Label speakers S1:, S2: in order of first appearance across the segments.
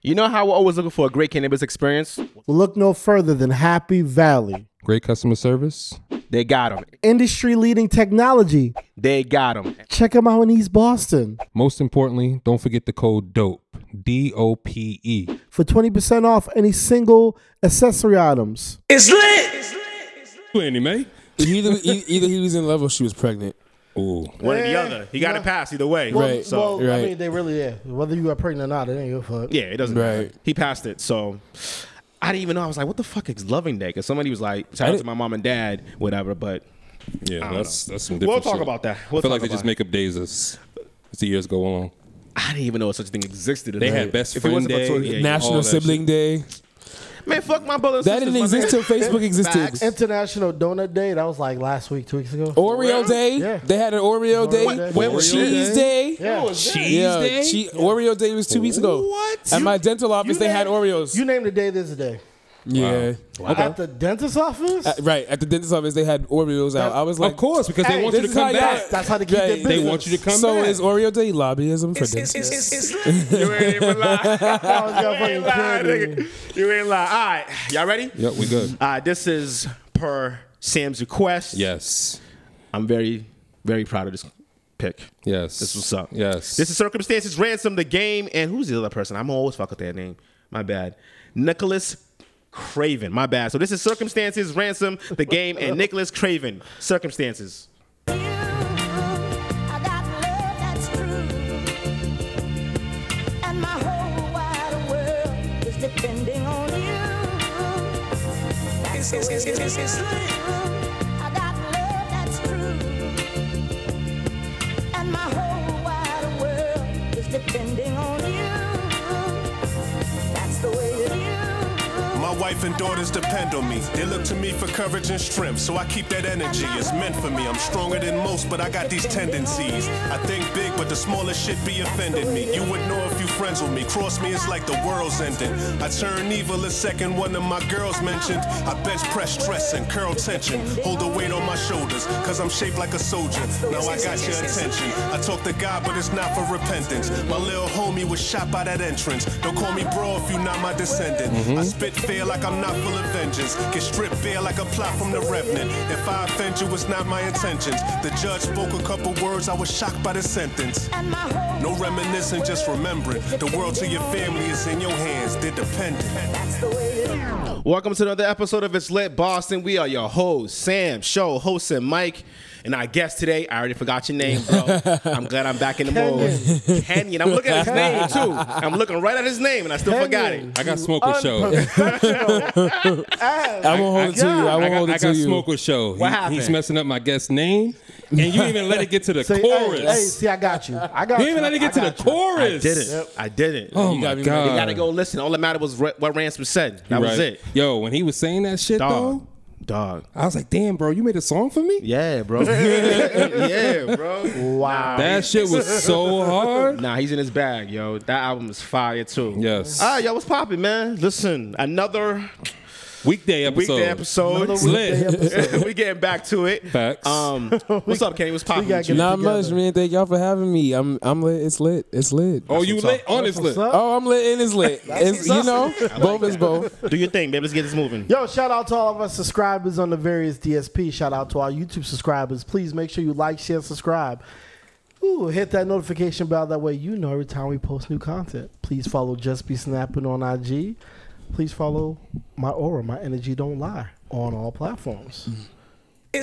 S1: You know how we're always looking for a great cannabis experience?
S2: Look no further than Happy Valley.
S3: Great customer service.
S1: They got 'em.
S2: Industry leading technology.
S1: They got 'em.
S2: Check them out in East Boston
S3: Most importantly, don't forget the code DOPE. D O P E.
S2: for 20% off any single accessory items.
S3: Plenty, mate.
S4: Either, e- either he was in love or she was pregnant.
S3: Ooh.
S1: One or the other. He got to pass either way.
S4: Well- Right,
S1: So
S4: well-
S2: I
S4: right.
S2: mean, they really there. Whether you are pregnant or not, it ain't your fuck.
S1: yeah, it doesn't matter.
S4: Right.
S1: He passed it. So I didn't even know. I was like, what the fuck is loving day? Because somebody was like, shout out to
S4: didn't-
S1: my mom and dad, whatever. But
S3: Yeah, that's that's some
S1: we'll
S3: different
S1: talk
S3: shit.
S1: about that. We'll
S3: I feel
S1: talk
S3: like they
S1: about
S3: just
S1: it.
S3: make up days as, as the years go along.
S1: I didn't even know such a thing existed.
S3: They had best
S1: If it wasn't
S3: friend
S1: for
S3: day.
S1: Twitter-
S3: Yeah, all
S4: National
S3: that
S4: Sibling Day.
S1: Man, fuck my brother. and
S4: That
S1: sisters,
S4: didn't
S1: my
S4: exist till
S1: man.
S4: Facebook existed.
S1: Facts.
S2: International Donut Day. That was like last week, two weeks ago.
S4: Oreo Day.
S2: Yeah.
S4: They had an Oreo Day.
S2: Day.
S4: When
S2: Oreo
S4: was Cheese Day.
S2: Yeah.
S4: Cheese Day. Oreo Day was two weeks ago.
S1: What?
S4: At
S1: You-
S4: my dental office, they had Oreos.
S2: You name the day, there's a day.
S4: yeah.
S2: At the dentist's office?
S3: Uh,
S4: At- right at the dentist office, they had Oreos out. I was like,
S3: Of course, because they
S4: Hey,
S3: want you
S4: this
S3: to
S4: is how
S3: come
S4: y'all-
S3: back.
S2: that's how they keep their
S4: Right.
S2: business.
S3: They want you to come
S4: so
S3: back.
S4: is Oreo Day lobbyism for dentists?
S1: You ain't even lie.
S2: I was gonna
S1: You ain't
S2: fucking
S1: lie,
S2: kill you.
S1: nigga. You ain't lie. All right, y'all ready?
S3: Yep, we good.
S1: Uh, this is per Sam's request.
S3: Yes.
S1: I'm very, very proud of this pick.
S3: Yes.
S1: This what's up.
S3: Yes.
S1: This is Circumstances Ransom, the game, and who's the other person? I'm always fuck up that name. My bad. Nicholas Craven. My bad. So this is Circumstances Ransom, the game, and Nicholas Craven. Circumstances.
S5: I got love that's true, and my whole wide world is depending on you. That's the way it is. I got love that's true, and my whole wide world is depending on you. That's the way it is.
S6: My wife and daughters depend on me. They look to me for courage and strength, so I keep that energy. It's meant for me. I'm stronger than most, but I got these tendencies. I think big, but the smallest shit be offending me. You would know if you friends with me. Cross me, it's like the world's ending. I turn evil the second one of my girls mentioned. I bench press, stress, and curl tension. Hold the weight on my shoulders, cause I'm shaped like a soldier. Now I got your attention. I talk to God, but it's not for repentance. My little homie was shot by that entrance. Don't call me bro if you not my descendant. I spit fear like I'm not full of vengeance. Get stripped bare like a plot from the revenant. If I offend you, it's not my intentions. The judge spoke a couple words, I was shocked by the sentence. No reminiscing, just remembering. The world to your family is in your hands, they're dependent.
S1: Welcome to another episode of It's Lit Boston. We are your hosts, Sam, show host, and Mike. And our guest today, I already forgot your name, bro. I'm glad I'm back in the mood. Kenyon. I'm looking at his name too. I'm looking right at his name and I still forgot it.
S3: I got smoke with show.
S4: I won't hold it to you. I
S3: I
S4: won't
S3: got,
S4: hold
S3: I
S4: it to
S3: got
S4: you.
S3: smoke with show.
S1: What
S3: He-
S1: happened?
S3: He's messing up my guest name, and you didn't even let it get to the
S2: Say,
S3: chorus.
S2: Hey, hey, see, I got you. I got
S3: you
S2: you.
S3: didn't even let it get
S2: I
S3: to the
S2: got you.
S1: I
S3: chorus.
S1: didn't. I didn't.
S3: Oh
S1: you
S3: my
S4: gotta be-
S3: god.
S4: you
S1: gotta go listen. All that mattered was re- what Ransom said. That was
S3: Right.
S1: it.
S3: Yo, when he was saying that shit
S1: Dog.
S3: though,
S1: Dog.
S3: I was like, damn, bro, you made a song for me?
S1: Yeah, bro. yeah, bro.
S2: Wow.
S3: That shit was so hard.
S1: Nah, he's in his bag, yo. That album is fire too.
S3: Yes.
S1: All right, yo, what's popping, man? Listen, another
S3: Weekday episode.
S1: weekday episode.
S2: Another
S3: Slit.
S2: weekday episode.
S1: we getting back to it.
S3: Facts.
S1: Um, what's up, Kenny? What's popping?
S2: gotta
S1: with
S2: get
S1: you?
S4: Not
S2: together.
S4: much, man. Thank y'all for having me. I'm I'm lit. It's lit. It's lit.
S3: oh, you
S1: what's
S3: lit
S1: up.
S3: on this lit.
S2: what's up.
S4: Oh, I'm lit and it's lit. It's, you
S2: what's
S4: know,
S2: up.
S4: both is both.
S1: Do your thing, babe. Let's get this moving.
S2: Yo, shout out to all of our subscribers on the various DSP. Shout out to our YouTube subscribers. Please make sure you like, share, subscribe. Ooh, hit that notification bell. That way you know every time we post new content. Please follow Just Be Snapping on IG. Please follow my aura, my energy don't lie on all platforms.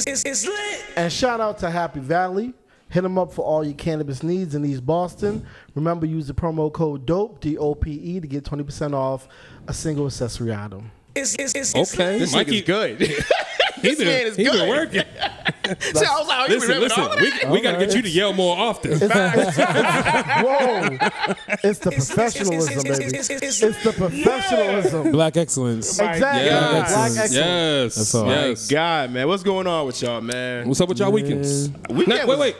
S2: And shout out to Happy Valley. Hit them up for all your cannabis needs in East Boston. Remember, use the promo code DOPE, D O P E, to get 20% off a single accessory item.
S3: Okay,
S1: This nigga's
S3: Mikey,
S1: good.
S3: He been,
S1: man is
S3: he
S1: good.
S3: been working.
S1: See, I was like, oh, you
S3: listen,
S1: remember
S3: listen.
S1: all of
S3: We,
S1: that?
S3: we gotta get you to yell more often.
S2: Whoa! It's the professionalism, baby. It's the professionalism.
S4: Black excellence.
S2: Exactly.
S1: uh,
S3: Yes.
S2: Black excellence.
S3: Yes.
S4: That's all.
S3: yes.
S1: God, man, what's going on with y'all, man?
S3: What's up with y'all weekends?
S1: Weekend
S3: Nah, wait,
S1: was-
S3: wait.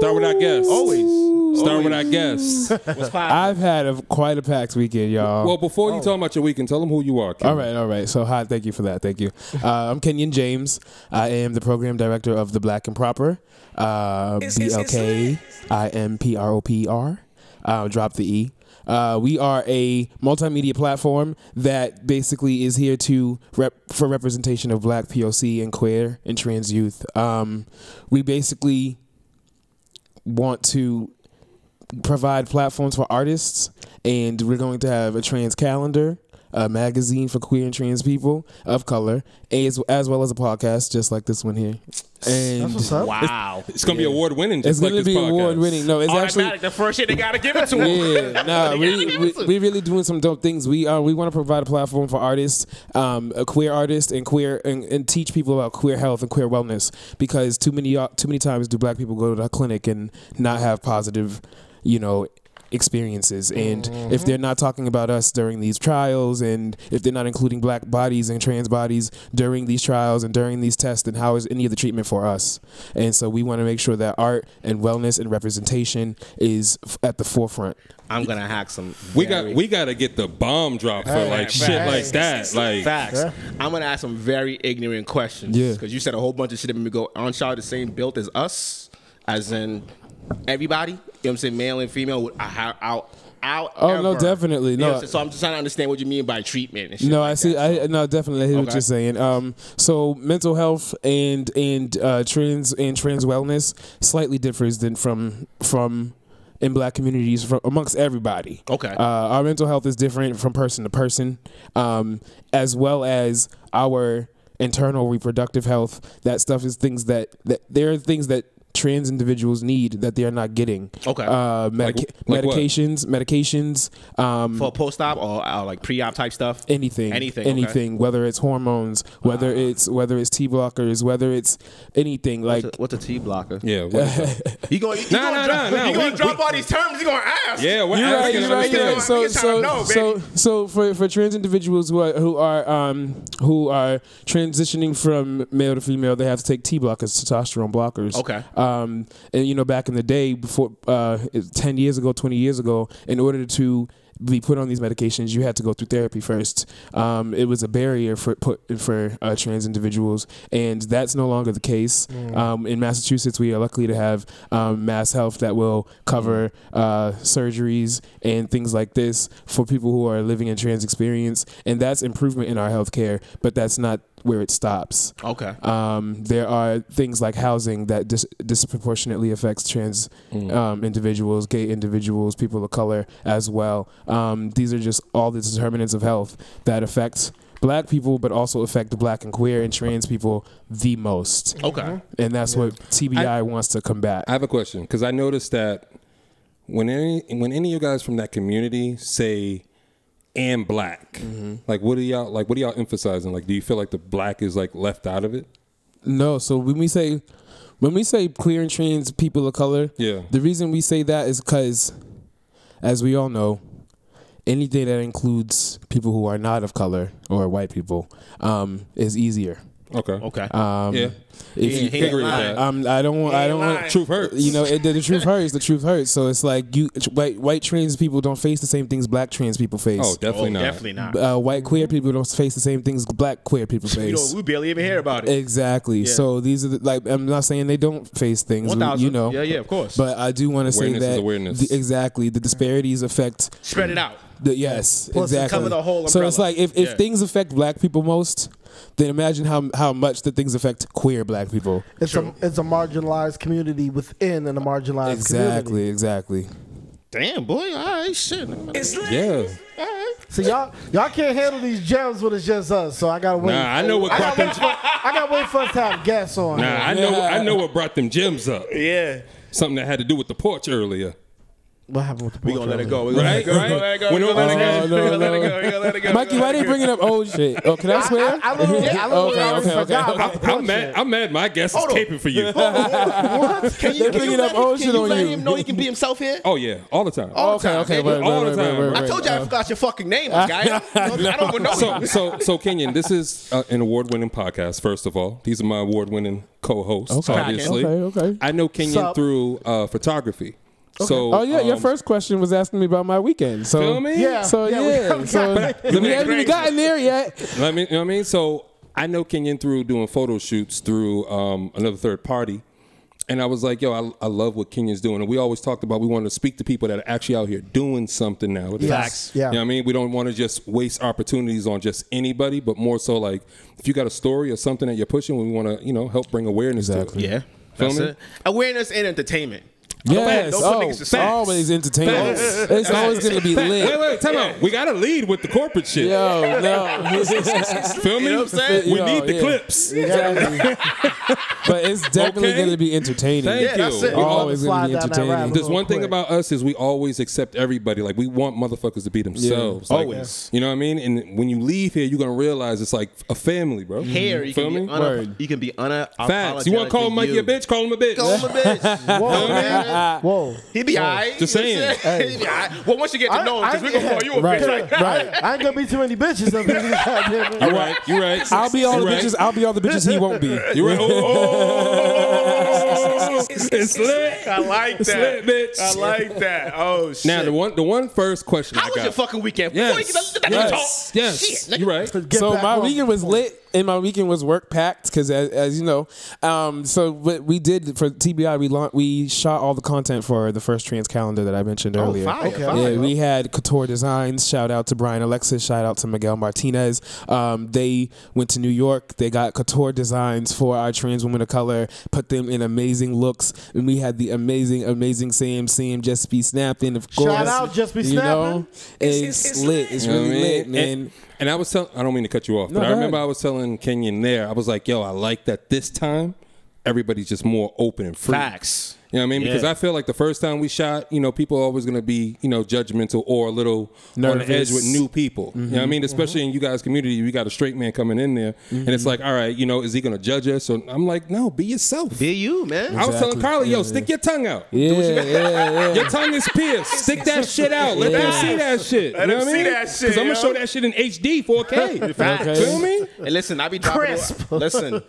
S3: Start with our guests.
S1: Always.
S3: Start with our
S1: Always.
S3: guests.
S1: What's popping?
S4: I've had a, quite a packed weekend, y'all.
S3: Well, before
S1: Oh.
S3: you talk about your weekend, tell them who you are. Kim.
S4: All right, all right. So, hi, thank you for that. Thank you. Uh, I'm Kenyon James. I am the program director of the Black and Proper, uh, B L K I M P R O P R. Uh, drop the E. Uh, we are a multimedia platform that basically is here to rep- for representation of Black POC and queer and trans youth. Um, we basically want to provide platforms for artists, and we're going to have a trans calendar, a magazine for queer and trans people of color, as, as well as a podcast, just like this one here. And
S2: That's what's up.
S1: Wow.
S3: It's gonna be award winning.
S4: it's
S3: Just
S4: going
S3: like
S4: to
S3: this
S4: be
S3: podcast.
S4: award winning. No, it's actually
S1: Automatic. The first shit they gotta give it to him.
S4: yeah, nah, we, we we really doing some dope things. We uh, we want to provide a platform for artists, um, a queer artists, and queer and, and teach people about queer health and queer wellness because too many uh, too many times do black people go to the clinic and not have positive, you know. Experiences and if they're not talking about us during these trials, and if they're not including black bodies and trans bodies during these trials and during these tests, then how is any of the treatment for us? And so we want to make sure that art and wellness and representation is f- at the forefront.
S1: I'm gonna hack some.
S3: We
S1: very-
S3: got we gotta get the bomb drop for like
S1: facts.
S3: shit like that. Like
S1: Facts. I'm gonna ask some very ignorant questions.
S4: Yeah.
S1: Because you said a whole bunch of shit that made me go, aren't y'all the same built as us? As in everybody? You know what I'm saying? Male and female would I how out out.
S4: Oh, no, definitely, no.
S1: so I'm just trying to understand what you mean by treatment and shit.
S4: No,
S1: like
S4: I see.
S1: that.
S4: I no, definitely I hear what
S1: Okay.
S4: you're saying. Um, so mental health and and uh, trans and trans wellness slightly differs than from from in black communities from amongst everybody.
S1: Okay.
S4: Uh, our mental health is different from person to person, um, as well as our internal reproductive health. That stuff is things that that there are things that trans individuals need that they are not getting.
S1: Okay.
S4: Uh, medica-
S3: like what?
S4: medications, medications. Um,
S1: for post op or, or like pre op type stuff.
S4: anything
S1: Anything. okay.
S4: anything whether it's hormones whether it's whether it's t blockers whether it's anything like
S1: What's a- What's a T blocker?
S3: yeah, what is that?
S1: You gonna you
S3: Nah,
S1: gonna
S3: nah,
S1: drop,
S3: nah, nah,
S1: you gonna
S3: we-
S1: drop all these terms? You gonna ask?
S3: yeah. We're
S4: You're right,
S3: asking
S4: you're
S3: them
S4: right,
S3: to
S4: yeah.
S3: understand.
S1: understand. Niggas tryna
S4: So, so,
S1: know,
S4: so,
S1: baby.
S4: so for, for trans individuals who are who are um who are transitioning from male to female, they have to take T blockers, testosterone blockers.
S1: Okay.
S4: Um, and you know, back in the day, before uh, it's ten years ago, twenty years ago, in order to be put on these medications, you had to go through therapy first. Um, it was a barrier for put for uh, trans individuals, and that's no longer the case. Um, in Massachusetts, we are lucky to have um, Mass Health that will cover uh, surgeries and things like this for people who are living in trans experience, and that's improvement in our healthcare. But that's not where it stops.
S1: Okay.
S4: Um, there are things like housing that dis- disproportionately affects trans um, individuals, gay individuals, people of color as well. Um, these are just all the determinants of health that affect black people, but also affect black and queer and trans people the most.
S1: Okay.
S4: And that's what TBI wants to combat.
S3: I have a question because I noticed that when any when any of you guys from that community say and black,
S1: Mm-hmm.
S3: like what are y'all like? What are y'all emphasizing? Like, do you feel like the black is like left out of it?
S4: No, so when we say when we say queer and trans people of color,
S3: Yeah.
S4: the reason we say that is because, as we all know, anything that includes people who are not of color or white people um, is easier.
S3: Okay.
S1: Okay.
S4: Um,
S3: Yeah.
S4: If
S1: He
S4: you,
S1: ain't- he ain't
S3: agree with
S1: lying.
S4: um, I don't want. I don't want.
S1: lying.
S3: Truth hurts.
S4: You know, it, the, the truth hurts. The truth hurts. So it's like you, white, white trans people don't face the same things black trans people face.
S3: oh, definitely
S1: Oh,
S3: not.
S1: Definitely not.
S4: uh, white queer people don't face the same things black queer people face.
S1: You know, we barely even hear about it.
S4: Exactly. So these are the, like I'm not saying they don't face things,
S1: One thousand.
S4: you know.
S1: Yeah, yeah, of course.
S4: But I do want to say
S3: Awareness is
S4: that
S3: awareness.
S4: the- exactly the disparities affect
S1: Spread it out.
S4: the yes
S2: Plus it
S4: exactly.
S1: cover the whole
S4: so it's
S1: umbrella.
S4: like if, if
S1: Yeah.
S4: things affect black people most, then imagine how how much the things affect queer black people.
S2: It's a it's a marginalized community within an marginalized community.
S4: Exactly. Exactly.
S1: Damn, boy. All right, shit.
S3: Yeah.
S2: So y'all y'all can't handle these gems when it's just us. So I gotta wait.
S3: Nah, I know what
S2: I
S3: brought
S2: gotta
S3: them.
S2: wait for, I gotta wait for us to have guests on.
S3: Nah, I know.
S4: Yeah.
S3: I know what brought them gems up.
S1: Yeah.
S3: Something that had to do with the porch earlier.
S2: What happened with the
S1: We gonna let it go. We gonna
S3: Right, right.
S1: let it go. We
S3: When
S1: gonna let it uh, go.
S4: over-
S1: We gonna
S4: Oh,
S1: let it
S4: no,
S1: go. We gonna let it go.
S4: Mikey, why they bringing up old shit? Oh, can I swear?
S2: I literally, I literally
S4: Okay,
S2: already
S4: okay,
S2: forgot.
S4: okay.
S2: about the
S3: I'm
S2: porch
S3: mad.
S2: shit.
S3: I'm mad. My guest is
S1: Hold on.
S3: caping for you.
S1: What? Can you,
S4: They're
S1: can you
S4: bringing
S1: let
S4: up old
S1: him,
S4: shit
S1: can you
S4: on
S1: let
S4: you.
S1: him know he can be himself here?
S3: Oh yeah, all the time.
S1: All the
S4: Okay,
S1: time,
S4: okay,
S1: baby.
S4: wait, wait,
S3: All the
S4: wait,
S3: time.
S4: wait, wait,
S1: I told you I forgot your fucking name, guy. I don't even know
S3: so
S1: you.
S3: so so Kenyon, this is uh, an award-winning podcast. First of all, these are my award-winning co-hosts.
S4: Okay.
S3: Obviously,
S4: Okay, okay.
S3: I know Kenyon
S2: Sup?
S3: through uh, photography. So
S4: Oh yeah, your
S3: um,
S4: first question was asking me about my weekend. So
S3: Feel me?
S2: Yeah.
S4: So
S2: Yeah,
S4: yeah,
S2: we haven't gotten
S4: so
S3: there.
S4: we haven't even
S1: Great.
S4: gotten there yet.
S3: Let me, you know what I mean? So I know Kenyon through doing photo shoots through um, another third party. And I was like, yo, I, I love what Kenya's doing. And we always talked about we wanted to speak to people that are actually out here doing something now. With
S2: Facts.
S3: Yeah.
S2: Yeah.
S3: You know what I mean? We don't want to just waste opportunities on just anybody, but more so like if you got a story or something that you're pushing, we want to, you know, help bring awareness
S4: Exactly.
S3: to it.
S1: Yeah.
S3: Feel
S1: That's
S3: me?
S1: it. Awareness and entertainment.
S4: Yes.
S1: Those
S4: Oh,
S1: niggas is facts.
S4: always entertainment.
S1: Facts.
S4: It's always going to be
S3: Wait,
S4: lit.
S3: wait, time out. We got to lead with the corporate shit.
S4: Yo, no.
S3: Feel me?
S1: You know what I'm saying?
S3: We
S4: Yo,
S3: need the
S4: yeah.
S3: clips.
S4: but it's definitely
S3: Okay.
S4: going to be entertaining.
S3: Thank
S1: Yeah,
S3: you.
S1: that's it.
S3: We
S1: We're
S2: about
S4: always
S2: to
S4: going
S2: slide
S4: to
S2: down that
S4: be
S2: rabbit
S4: entertaining.
S2: hole.
S3: There's one thing
S2: quick.
S3: about us is we always accept everybody. Like we want motherfuckers to be themselves.
S1: Yeah.
S3: Like,
S1: Always.
S3: You know what I mean? And when you leave here, you're gonna realize it's like a family, bro.
S1: Here you
S3: Feel
S1: can, be
S3: me?
S1: unap- you can be unapologetic.
S3: Facts. You want to call Mikey a bitch? Call him a bitch.
S1: Call him a bitch.
S2: Whoa,
S1: man.
S2: Whoa.
S1: He be alright.
S3: Just
S1: you know
S3: saying.
S1: what I'm He be alright. Well, once you get to know him, because we gonna call you a
S4: Right.
S1: bitch like that.
S2: Right. I ain't gonna be too many bitches up here. goddamn it.
S3: You're right. You're right.
S4: I'll be all
S3: You're
S4: the
S3: right.
S4: bitches. I'll be all the bitches he won't be.
S3: You're right. Oh, oh, oh, oh, oh, oh, oh, oh, oh. it's lit.
S1: I like
S3: It's
S1: that.
S3: lit, bitch.
S1: I like that. Oh shit.
S3: Now the one, the one first question
S1: How
S3: I
S1: was
S3: got.
S1: your fucking weekend? Before you
S3: yes.
S1: get that nigga
S3: Yes.
S1: talk.
S3: Yes.
S1: Shit, nigga.
S3: You're right.
S2: Get
S4: so
S2: back
S4: my
S2: on-
S4: weekend was lit, and my weekend was work packed because, as, as you know, um, so what we did for TBI, we launched, we shot all the content for the first trans calendar that I mentioned earlier.
S1: Oh, fire, Okay.
S4: Yeah,
S1: fire.
S4: we had Couture Designs. Shout out to Brian Alexis. Shout out to Miguel Martinez. Um, they went to New York. They got Couture Designs for our trans women of color. Put them in amazing looks, and we had the amazing, amazing Sam Sam just be snapped in. Of course,
S2: out Just Be
S4: You know?
S2: Snapping.
S4: it's, lit. It's
S3: You know
S4: really
S3: what I mean?
S4: lit, man.
S3: And, and I was telling, I don't mean to cut you off,
S4: No,
S3: but I
S4: go
S3: remember
S4: ahead.
S3: I was telling Kenyon there, I was like, yo, I like that this time everybody's just more open and free.
S1: Facts.
S3: You know what I mean? Because
S1: Yeah.
S3: I feel like the first time we shot, you know, people are always going to be, you know, judgmental or a little on
S4: Nervous. Mm-hmm.
S3: the edge with new people. You know what I mean? Especially in you guys' community, we got a straight man coming in there, and
S4: Mm-hmm.
S3: it's like, all right, you know, is he going to judge us? Or I'm like, no, be yourself.
S1: Be you, man.
S3: I was telling
S4: Exactly.
S3: Carly, yo,
S4: Yeah.
S3: stick your tongue out.
S4: yeah, yeah, yeah.
S3: Your tongue is pierced. Stick that shit out. Let them
S4: Yeah.
S3: see that shit.
S1: Let
S3: you
S1: them
S3: know what I
S1: see
S3: mean?
S1: that shit,
S3: I'm
S1: yo.
S3: gonna show that shit in HD 4K.
S1: Facts.
S3: Feel me?
S1: And listen, I be dropping.
S2: Crisp.
S1: Listen,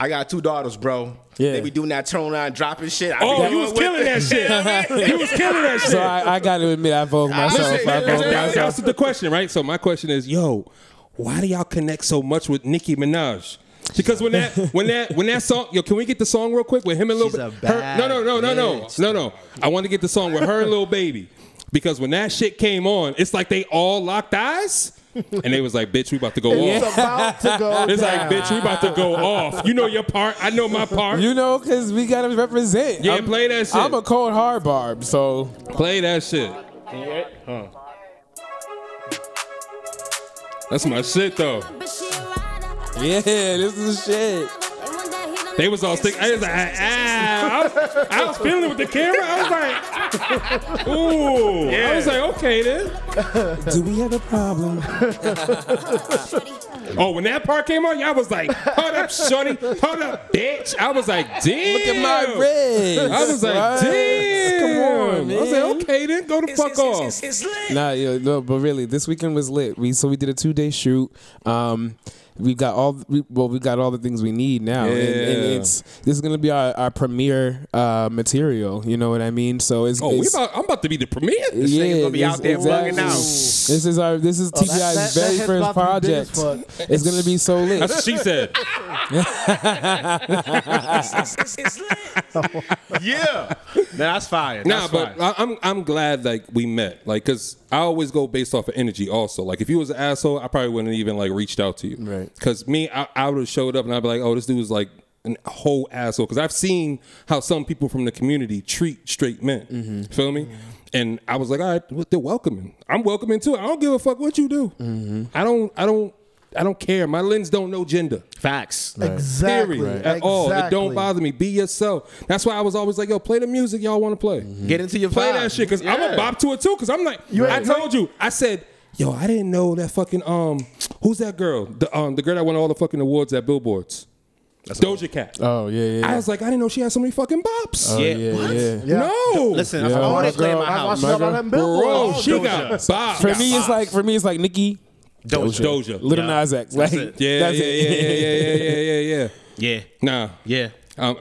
S1: I got two daughters, bro.
S4: Yeah.
S1: They be doing that turn around, dropping shit. I be
S3: Oh,
S1: doing
S3: you was
S1: with
S3: killing
S1: it.
S3: that shit. You was killing that
S4: So
S3: shit.
S4: I, I got to admit, I vogue myself.
S1: Listen,
S4: I vogue
S1: listen,
S3: That's,
S4: myself.
S3: that's the question, right? So my question is, yo, why do y'all connect so much with Nicki Minaj? Because when that when that when that song, yo, can we get the song real quick with him and little?
S1: She's a
S3: her, no, no, no, no, no,
S1: bad
S3: no, no. I want to get the song with her and little baby because when that shit came on, it's like they all locked eyes and they was like, bitch, we about to go off.
S2: It's about to go.
S3: It's
S2: down.
S3: like, bitch, we about to go off. You know your part. I know my part.
S4: You know, because we got to represent.
S3: Yeah,
S4: I'm-
S3: play that shit.
S4: I'm a cold hard barb, so
S3: Play that shit. That's my shit though.
S4: yeah, this is shit.
S3: They was all sick. I was like, ah, ah. I, was, I was feeling it with the camera. I was like, ooh. I was like, okay then.
S4: Do we have a problem?
S3: Oh, when that part came on, y'all was like, hold up, shorty, hold up, bitch. I was like, damn.
S4: Look at my red.
S3: I was like, damn.
S4: Come on, man.
S3: I was like, okay then, go the fuck off.
S4: Nah, yeah, no, but really, this weekend was lit. We so we did a two day shoot. Um, we got all we, well, we got all the things we need now, and, and
S3: Yeah.
S4: it's this is gonna be our, our premiere uh, material. You know what I mean? So it's
S3: oh, we
S4: it's-
S3: about, I'm about to be the premiere.
S1: nigga gonna be
S4: it's-
S1: out there bugging out.
S4: This is our this is TBI's
S2: Oh, that- that-
S4: very
S2: that
S4: first
S2: head's about to be big as
S4: project. It's gonna be so lit.
S3: That's what she said.
S1: Yeah. Nah, that's fire.
S3: Nah,
S1: That's
S3: but
S1: fire.
S3: I, I'm I'm glad like we met, like because I always go based off of energy. Also, like if you was an asshole, I probably wouldn't even like reached out to you,
S4: Right.
S3: Because me, I, I would have showed up and I'd be like, oh, this dude's like an whole asshole. Because I've seen how some people from the community treat straight men.
S2: Mm-hmm.
S3: Feel me? And I was like, all right, well, they're welcoming. I'm welcoming too. I don't give a fuck what you do.
S2: Mm-hmm.
S3: I don't. I don't. I don't care. My lens don't know gender
S1: Facts.
S2: Exactly.
S3: period at all. It don't
S2: Exactly.
S3: bother me. Be yourself. That's why I was always like, yo, play the music y'all want to play.
S2: Mm-hmm.
S1: Get into your
S3: Play
S1: vibe.
S3: that shit because I'm
S1: Yeah.
S3: a bop to it too. Because I'm like, I told you, I said, yo, I didn't know that fucking um, who's that girl? The um, the girl that won all the fucking awards at Billboards. Doja Cat.
S4: oh yeah, yeah.
S3: I was like, I didn't know she had so many fucking bops.
S4: yeah,
S1: Oh, Yeah.
S4: yeah,
S1: What?
S4: yeah.
S2: Yeah.
S3: No,
S1: Listen,
S4: Yeah.
S1: I
S4: My
S1: always play in
S4: girl,
S1: my
S4: I
S2: I
S1: house.
S2: watched
S4: My
S2: it on
S4: girl.
S2: them
S3: bro,
S2: billboards.
S3: she
S1: Doja.
S3: got bops.
S4: For me, it's
S1: bops.
S4: like for me, it's like Nicki,
S1: Doja.
S3: Doja.
S4: Little Nas X. Like
S1: it.
S3: Yeah,
S4: that's
S3: yeah, yeah,
S4: it.
S3: yeah, yeah, yeah, yeah, yeah, yeah.
S1: Yeah.
S3: Nah,
S1: Yeah.
S3: Um,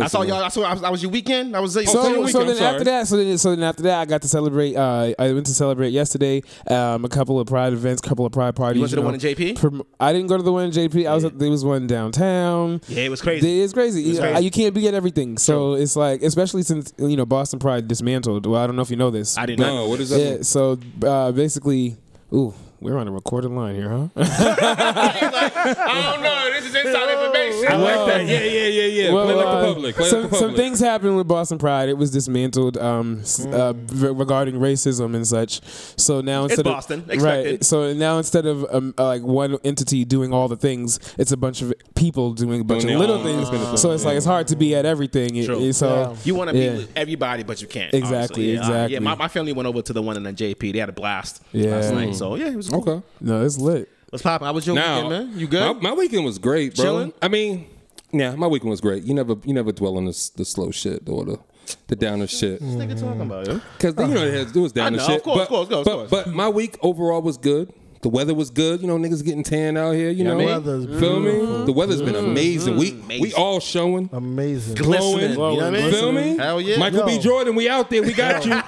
S1: I saw y'all. I saw. I was, I was your weekend. I was. I was
S3: Oh,
S1: your
S3: your
S1: weekend.
S4: So, so
S3: weekend,
S4: then
S3: I'm
S4: after
S3: sorry.
S4: that, so then so then after that, I got to celebrate. Uh, I went to celebrate yesterday. Um, a couple of pride events, couple of pride parties.
S1: You went to the
S4: know.
S1: one in JP?
S4: Prom- I didn't go to the one in JP. I was at, there was one downtown.
S1: Yeah, it was crazy.
S4: It is crazy.
S1: was
S4: You-
S1: crazy.
S4: You can't be at everything. So it's like, especially since you know Boston Pride dismantled. Well, I don't know if you know this.
S1: I didn't
S3: No,
S1: know.
S3: what is that?
S4: Yeah. So uh, basically, ooh, we're on a recorded line here, huh?
S1: I don't know. This is inside information.
S3: I like that. Oh, Yeah, yeah, yeah, yeah.
S4: Well,
S3: Play like
S4: uh,
S3: the public. Play
S4: some,
S3: like the
S4: some
S3: public. Mm.
S4: things happened with Boston Pride. It was dismantled um, s- uh, re- regarding racism and such. So now instead of
S1: Boston.
S4: right,
S1: Expected.
S4: so now instead of um, uh, like one entity doing all the things, it's a bunch of people doing a bunch
S3: Doing their
S4: of little
S3: own
S4: things.
S3: thing.
S4: So it's like it's hard to be at everything. It-
S1: True.
S4: it- so
S1: You want to be
S4: Yeah.
S1: with everybody, but you can't.
S4: Exactly,
S1: honestly. Yeah, I-
S4: exactly.
S1: Yeah, my, my family went over to the one in the JP. They had a blast
S4: Yeah.
S1: last night. So yeah, it was cool.
S3: Okay.
S4: no, it's lit.
S1: What's popping? I was your
S3: Now,
S1: weekend, man. You good?
S3: My, my weekend was great, bro.
S1: Chilling?
S3: I mean, yeah, my weekend was great. You never, you never dwell on this, the slow shit or the, the downer shit.
S1: What the nigga talking about? yo?
S3: Because you know it, has, it was down
S1: Mm. I
S3: to
S1: know,
S3: shit.
S1: of course,
S3: but,
S1: of course, of course,
S3: but,
S1: of course.
S3: but my week overall was good. The weather was good. You know, niggas getting tan out here.
S1: Yeah,
S3: You know,
S1: I mean,
S2: Weather's
S3: feel me? The weather's been amazing. We we
S1: Amazing.
S3: all showing.
S2: Amazing.
S1: Glistening.
S4: Glowing,
S1: you know what I mean?
S3: Feel me?
S1: Hell yeah.
S3: Michael B.
S2: Yo.
S3: Jordan, we out there. We got you.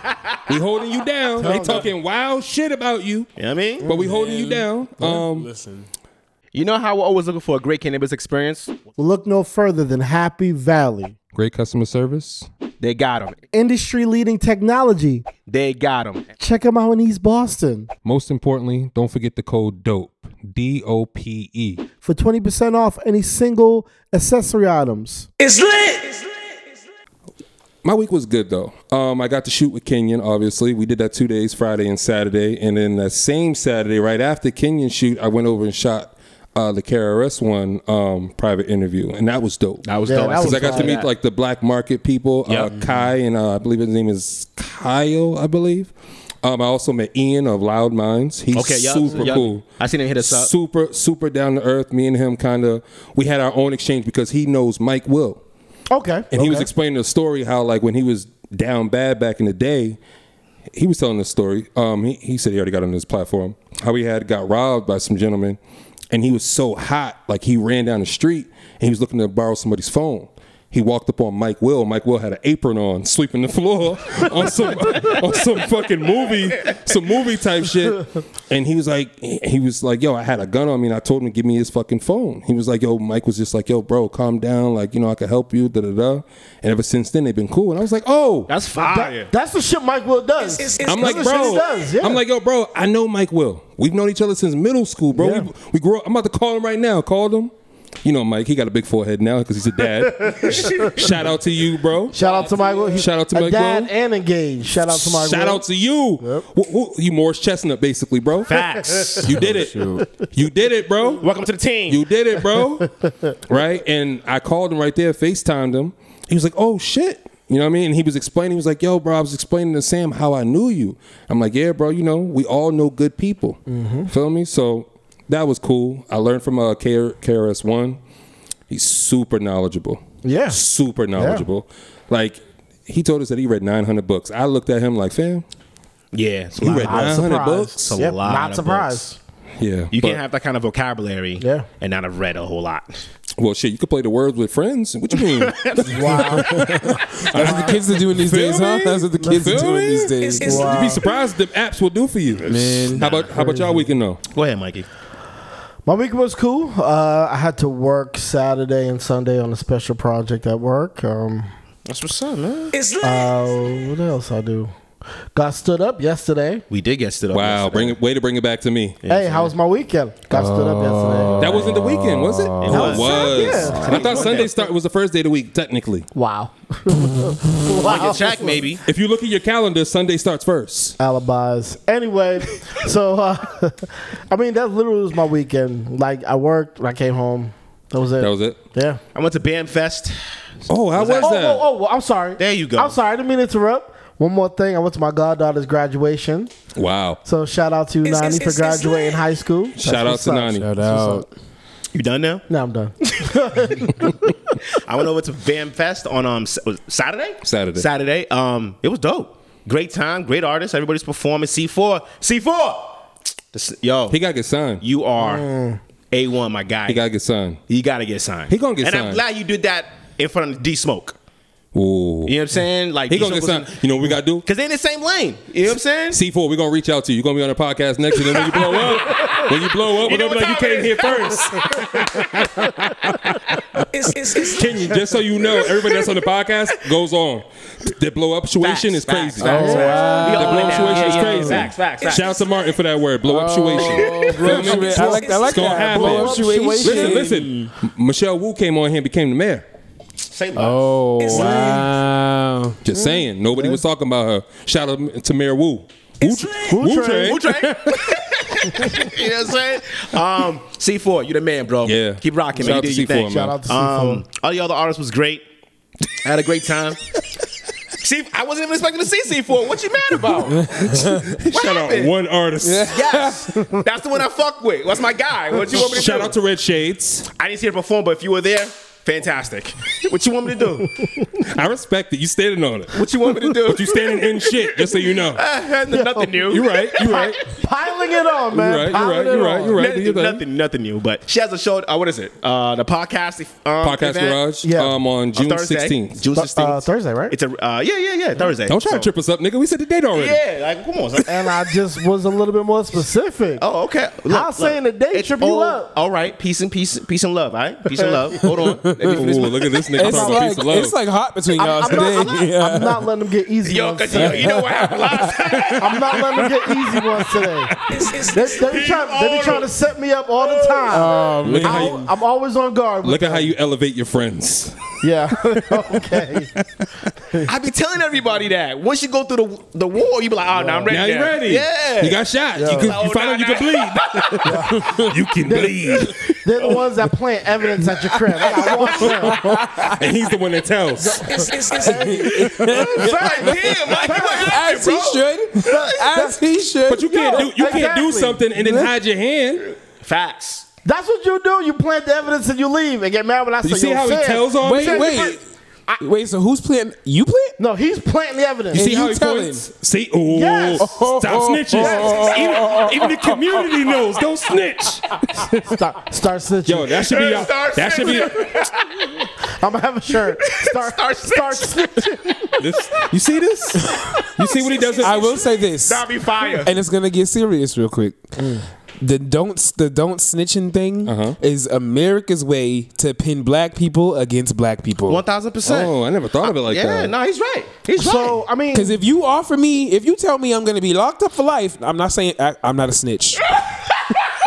S3: We holding you down. They
S2: them.
S3: talking wild shit about you,
S1: You know what I mean?
S3: but we holding you down. Um,
S4: Listen,
S1: You know how we're always looking for a great cannabis experience?
S2: Well, look no further than Happy Valley.
S3: great customer service.
S1: They got them.
S2: Industry leading technology.
S1: They got them.
S2: Check them out in East Boston.
S3: Most importantly, don't forget the code DOPE. D O P E.
S2: for 20% off any single accessory items.
S3: My week was good though. Um, I got to shoot with Kenyon. Obviously, we did that two days, Friday and Saturday, and then that same Saturday, right after Kenyon shoot, I went over and shot uh, the KRS One um, private interview, and that was dope.
S1: That was
S2: Yeah,
S1: dope.
S2: that
S3: Because
S2: was
S3: I got to
S2: fire.
S3: meet like the black market people,
S1: Yep.
S3: uh, Kai, and uh, I believe his name is Kyle. I believe. Um, I also met Ian of Loud Minds. He's
S1: Okay, yup,
S3: super
S1: yup.
S3: cool.
S1: I seen him hit us up.
S3: Super, super down to earth. Me and him kind of we had our own exchange because he knows Mike Will.
S2: Okay.
S3: And he was explaining the story how like when he was down bad back in the day, he was telling the story. Um, he, he said he already got on this platform how he had got robbed by some gentleman, and he was so hot like he ran down the street and he was looking to borrow somebody's phone. He walked up on Mike Will. Mike Will had an apron on, sweeping the floor on some on some fucking movie, some movie type shit. And he was like, he was like, yo, I had a gun on me, and I told him to give me his fucking phone. He was like, yo, Mike was just like, yo, bro, calm down, like you know, I could help you, da da da. And ever since then, they've been cool. And I was like, oh,
S1: That's fire.
S2: That's the shit Mike Will does.
S3: I'm like,
S2: That's the shit
S3: bro.
S2: he does, yeah.
S3: I'm like, yo, bro. I know Mike Will. We've known each other since middle school, bro.
S2: Yeah.
S3: We, we grew up. I'm about to call him right now. Called him. You know, Mike. He got a big forehead now because he's a dad. Shout out to you, bro.
S2: Shout out to Mike Will. He's
S3: Shout out to
S2: a
S3: Mike
S2: dad
S3: Will.
S2: and engaged. Shout out to Mike
S3: Shout
S2: Will.
S3: out to you. Wh- wh- you Morris Chestnut, basically, bro.
S1: Facts.
S3: You did it.
S2: Oh,
S3: you did it, bro.
S1: Welcome to the team.
S3: You did it, bro. right? And I called him right there, FaceTimed him. He was like, oh shit. You know what I mean? And he was explaining, he was like, yo, bro, I was explaining to Sam how I knew you. I'm like, yeah, bro, you know, we all know good people.
S2: Mm-hmm.
S3: Feel me? So that was cool. I learned from uh, KR- KRS1. He's super knowledgeable.
S2: Yeah.
S3: Super knowledgeable. Like, he told us that he read 900 books. I looked at him like, fam,
S1: yeah, it's a
S3: you
S1: lot.
S3: read 900
S2: surprised.
S3: books?
S1: It's a
S2: Yep,
S1: lot
S2: not
S1: of
S2: surprised.
S1: books.
S3: Yeah.
S1: You
S3: but-
S1: can't have that kind of vocabulary
S2: Yeah.
S1: and not have read a whole lot.
S3: Well, shit, you could play the words with friends. What you mean?
S2: Wow.
S4: that's what the kids are doing these
S3: Feel
S4: days, huh?
S3: me?
S4: That's what the kids
S3: Feel
S4: are doing
S3: me?
S4: these days.
S3: It's- You'd be surprised the apps will do for you.
S4: Man.
S3: how about how about y'all weekend though?
S1: Go ahead, Mikey.
S2: My week was cool. Uh, I had to work Saturday and Sunday on a special project at work. Um,
S1: That's what's up, man.
S2: uh, what else I do? Got stood up yesterday.
S1: We did get stood up.
S3: Wow, bring it, way to bring it back to me.
S2: Hey, how was my weekend? Got stood up
S1: Uh,
S2: yesterday.
S3: That wasn't the weekend, was it?
S1: It was.
S2: Yeah.
S3: I thought Sunday start was the first day of the week technically.
S2: Wow.
S1: Like a check, maybe.
S3: If you look at your calendar, Sunday starts first.
S2: alibis. Anyway, so uh, I mean that literally was my weekend. Like I worked, I came home. That was it.
S3: That was it.
S2: Yeah.
S1: I went to BAM Fest.
S3: Oh, how was,
S2: Oh,
S3: that?
S2: oh, oh, well, I'm sorry.
S1: There you go.
S2: I'm sorry. I didn't mean to interrupt. One more thing. I went to my goddaughter's graduation.
S3: Wow.
S2: So shout out to Nani for graduating high school. That's
S3: Shout out
S2: what's
S3: to
S2: up.
S3: Nani.
S4: Shout out.
S1: You done now?
S2: Now I'm done.
S1: I went over to Bam Fest on um S- was it Saturday.
S3: Saturday.
S1: Saturday. Um, it was dope. Great time. Great artists. Everybody's performing. C four. C four. Yo,
S3: He gotta get signed.
S1: you are a one, my guy.
S3: He gotta get signed.
S1: you gotta get signed.
S3: He gonna get
S1: and And I'm
S3: signed.
S1: glad you did that in front of D Smoke.
S3: Ooh.
S1: You know what I'm saying? Like
S3: He gonna get some. You know what we gotta do?
S1: because they in the same lane. You know what I'm saying?
S3: C4, we're gonna reach out to you. You're gonna be on the podcast next and then when you blow up, when you blow up, we're
S1: know
S3: gonna be like, you
S1: what time
S3: came
S1: it
S3: here first. Can you just so you know, everybody that's on the podcast goes on. The blow up situation is
S1: Facts,
S3: crazy. Oh,
S1: facts, facts, facts. We all
S3: The blow
S1: in
S3: up
S1: that.
S3: situation is
S1: Yeah, yeah,
S3: crazy.
S1: Facts, facts, facts.
S3: Shout out to Martin for that word, blow up situation.
S4: Oh, blow up situation. I like- I like
S3: it's gonna
S4: that.
S3: happen.
S4: Blow up situation.
S3: Listen, listen. M- Michelle Wu came on here and became the mayor.
S1: Say less.
S4: Oh wow!
S3: Just saying, nobody was talking about her. Shout out to Mayor Wu. Wu Wu Train.
S1: Wu Train. you know what I'm saying? Um, C4, you the man, bro.
S3: Yeah.
S1: Keep rocking,
S3: Shout
S1: man.
S3: out
S1: You
S3: to
S1: did your
S3: C4,
S1: thing.
S3: man.
S2: Shout out to C4.
S1: Um, all the other artists was great. I had a great time. See, I wasn't even expecting to see C4. What you mad about?
S3: Shout out
S1: happened?
S3: one artist.
S1: yes, that's the one I fuck with. That's my guy. What you want me to
S3: Shout
S1: do?
S3: out to Red Shades.
S1: I didn't see her perform, but if you were there, fantastic. what you want me to do?
S3: I respect it. You standing on it.
S1: What you want me to do?
S3: But you standing in shit, just so you know.
S1: Uh, nothing new.
S3: You right. You right.
S2: Piling it on, man.
S3: You right, you
S2: Piling
S3: right,
S2: it
S3: you right,
S2: on.
S3: you right.
S1: Nothing,
S3: do your thing.
S1: nothing, nothing new. But she has a show. Uh, what is it? Uh, the podcast. Um,
S3: Podcast
S1: event
S3: Garage.
S2: Yeah.
S3: Um, on June
S1: Thursday,
S3: sixteenth.
S1: June
S2: Th-
S1: sixteenth.
S2: uh, Thursday, right?
S1: It's a uh, yeah, yeah, yeah. Thursday.
S3: Don't try to
S1: So-
S3: trip us up, nigga. We said the date already.
S1: Yeah, like come on. son.
S2: and I just was a little bit more specific.
S1: Oh, okay.
S2: I was saying the day
S1: It's
S2: trip you
S1: all-
S2: up.
S1: All right, peace and peace, peace and love. All right, peace and love. Hold on. Let me
S3: Ooh,
S1: finish my-
S3: look at this nigga
S4: It's
S3: talking about
S4: like
S3: peace of love.
S4: it's like hot between
S2: I'm,
S4: y'all
S2: I'm
S4: today.
S2: not, I'm, not,
S4: yeah.
S2: I'm not letting them get easy
S1: Yo,
S2: ones
S1: cause you,
S2: today.
S1: you know what happened last time.
S2: I'm not letting them get easy ones today. They, they, be trying, they be trying to set me up all the time.
S4: Oh,
S3: Look at
S4: man.
S3: how
S2: I,
S3: Um, you,
S2: I'm always on guard. With
S3: look at how you elevate your friends.
S2: yeah. okay.
S1: I be telling everybody that once you go through the the war, you be like, oh, now I'm ready.
S3: Now you ready?
S1: Yeah.
S3: You got shot. You, could,
S1: Oh,
S3: you found out you
S1: nah,
S3: can bleed. you can bleed,
S2: They're the ones that plant evidence at your crib. I got one friend.
S3: and he's the one that tells.
S1: Right, damn, like, what happened,
S4: As
S1: bro?
S4: he should. As he should.
S3: But you can't do you can't do
S2: exactly.
S3: something and then hide your hand.
S1: Facts.
S2: That's what you do. You plant the evidence and you leave and get mad when I say
S3: You see
S2: "Yo,
S3: how he
S2: Sam."
S3: tells on me?
S4: Wait, wait, wait. So who's playing? You playing?
S2: No, he's planting the evidence.
S3: You see
S4: And
S3: how
S4: you
S3: he
S4: telling.
S3: points? See, ooh,
S2: Yes.
S3: stop snitching. even, even the community knows. Don't snitch.
S2: Start, start snitching.
S3: Yo, that should be your,
S1: Start
S3: that should be
S2: I'm gonna have a shirt. Start,
S1: Start
S2: start snitching.
S3: this. You see this? You see what he does?
S4: I will say this,
S1: That'd be fire.
S4: and it's gonna get serious real quick. The don't the don't snitching thing is America's way to pin black people against black people.
S1: One thousand percent.
S3: Oh, I never thought of it like
S1: Yeah,
S3: that.
S1: no, he's right. He's
S2: So
S1: right.
S2: I mean,
S4: Because if you offer me, if you tell me I'm gonna be locked up for life, I'm not saying I, I'm not a snitch.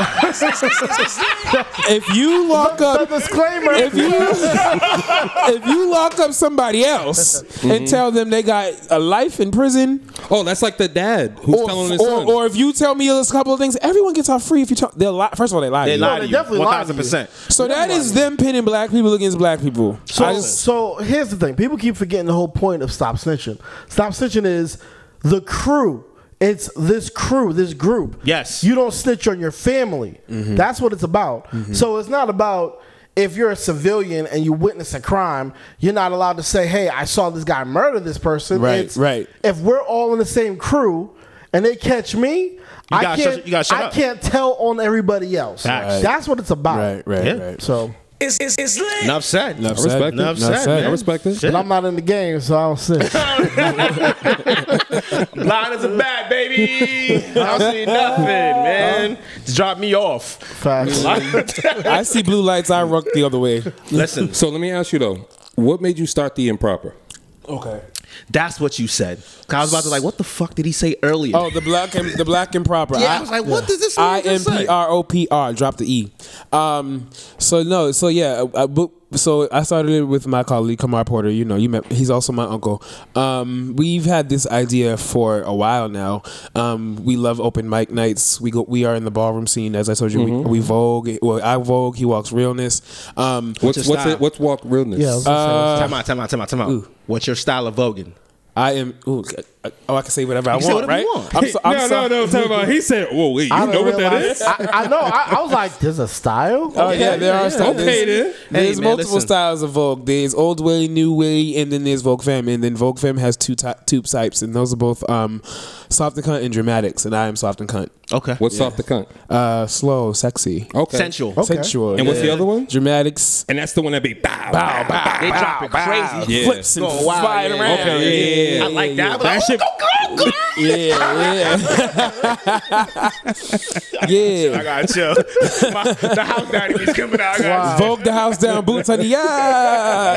S4: if you lock
S2: the
S4: up,
S2: disclaimer.
S4: if you if you lock up somebody else and tell them they got a life in prison,
S3: Oh, that's like the dad who's
S4: or,
S3: telling his
S4: or,
S3: son.
S4: or if you tell me a couple of things, everyone gets off free if you tell. They lie. First of all, they lie. to
S1: they
S4: you.
S1: lied to
S2: they
S1: you.
S2: definitely
S1: One
S2: lied to
S1: thousand
S2: you.
S1: percent.
S4: So that is them pinning black people against black people.
S2: So,
S4: I just-
S2: so here's the thing: people keep forgetting the whole point of stop snitching. Stop snitching is the crew. It's this crew, this group.
S1: Yes. Mm-hmm.
S2: you don't snitch on your family. That's what it's about. So it's not about if you're a civilian and you witness a crime, you're not allowed to say, "Hey, I saw this guy murder this person."
S4: Right,
S2: It's,
S4: right.
S2: If we're all in the same crew and they catch me, I
S1: gotta
S2: can't.
S1: shut- you gotta shut
S2: I
S1: up.
S2: can't tell on everybody else.
S1: Facts.
S2: That's what it's about.
S4: right, right,
S1: Yeah.
S4: right.
S2: So,
S1: Enough said.
S4: Enough
S1: Enough
S3: I respect it.
S4: said. Enough
S1: said.
S4: said.
S1: man.
S3: I respect it.
S1: Shit.
S2: but I'm not in the game, so I don't snitch.
S1: Line is a bad baby. I don't see nothing, man. Just drop me off.
S2: Facts.
S4: I see blue lights. I rock the other way.
S1: Listen,
S3: So let me ask you though, what made you start the improper?
S4: Okay.
S1: that's what you said. 'Cause I was about to like, what the fuck did he say earlier?
S4: Oh, the black and the black and proper.
S1: yeah, I, was like, what does this
S4: I
S1: mean?
S4: M P R O P R. Drop the E. Um. So no. So yeah. I, I book- so I started it with my colleague Kamar Porter. You know, you met. He's also my uncle. Um. We've had this idea for a while now. Um. We love open mic nights. We go. We are in the ballroom scene, as I told you.
S1: Mm-hmm.
S4: We, we Vogue. Well, I Vogue. He walks realness. Um.
S3: What's
S1: your
S3: what's
S1: style?
S3: it, what's walk realness?
S2: Yeah, I was gonna say,
S4: uh,
S1: time out, time out, time out, time out. What's your style of voguing?
S4: I am. Ooh, I- oh, I can say whatever I
S1: can
S4: want,
S1: say whatever
S4: right?
S1: you want.
S4: I'm so, I'm
S3: no,
S4: so-
S3: no, no, I'm talking about. He said, "Whoa, wait,
S2: I
S3: you know
S2: didn't
S3: what that
S2: realize-
S3: is?"
S2: I, I know. I, I was like, "There's a style."
S4: Oh yeah, there are styles.
S3: Okay, then.
S4: there's, there's
S1: Hey, man,
S4: multiple
S1: listen.
S4: styles of Vogue. There's old way, new way, and then there's Vogue femme, and then Vogue femme has two ty- two types, and those are both um, soft and cunt and dramatics, and I am soft and cunt.
S1: Okay.
S3: What's off the cunt?
S4: Uh, slow, sexy,
S3: Okay.
S1: Sensual.
S4: sensual.
S3: And what's the other one?
S4: Dramatics.
S3: And that's the one that be bow,
S4: Bow, bow,
S1: They
S4: bow,
S1: drop it
S4: bow.
S1: crazy.
S3: Yeah.
S4: Flips and
S1: Go wild,
S4: flying
S1: yeah,
S4: around.
S1: yeah,
S3: yeah, yeah.
S1: I like that.
S4: That shit- Yeah, yeah.
S1: I
S4: yeah.
S1: got chill. My, the house daddy is coming out. I got
S4: Vogue the house down, boots on the yard.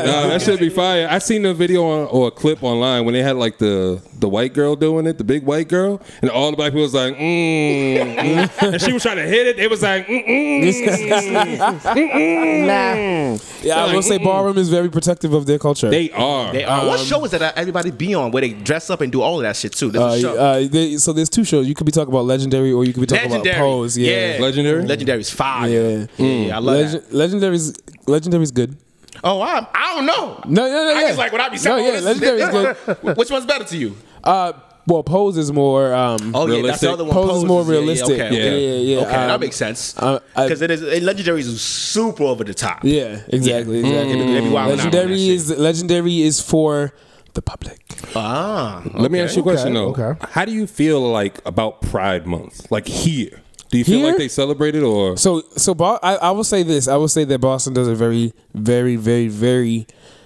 S3: Nah, that should be fire. I seen a video on, or a clip online when they had like the the white girl doing it, the big white girl, and all the black people was like, mm, mm. and she was trying to hit it. It was like, mm, mm,
S2: Nah.
S4: Yeah, I will say ballroom is very protective of their culture.
S3: they are.
S1: They are. what show is that everybody be on where they dress up and do all of that shit too? There's
S4: Uh,
S1: a show.
S4: uh, they, so there's two shows. You could be talking about legendary, or you could be talking
S1: Legendary.
S4: about pose. Yeah,
S3: Legendary?
S1: Legendary's fire.
S4: Yeah.
S1: Yeah, yeah, I love
S4: Legend,
S1: that.
S4: legendary's legendary's good.
S1: Oh, I'm, I don't know.
S4: No, no, no,
S1: I
S4: yeah.
S1: just like what I be
S4: No,
S1: saying.
S4: yeah, legendary's good.
S1: Which one's better to you?
S4: Uh, well, pose is more. Um,
S1: Oh yeah, that's
S3: Realistic.
S1: the other one.
S4: Pose is more
S1: yeah, yeah,
S4: realistic.
S1: okay,
S4: Yeah,
S1: okay.
S4: yeah, yeah.
S1: Okay, that
S4: Um,
S1: makes sense.
S4: uh,
S1: Because
S4: I-
S1: it is and legendaries is super over the top.
S4: yeah, exactly, exactly.
S1: Mm. They be wilding out on that
S4: Legendary
S1: shit.
S4: is legendary is for the public.
S1: Ah, okay.
S3: Let me ask you a question though.
S2: okay.
S3: How do you feel like about Pride Month? Like here, do you feel
S4: Here?
S3: like they celebrate it or?
S4: So, so Bo- I, I will say this. I will say that Boston does a very, very, very, very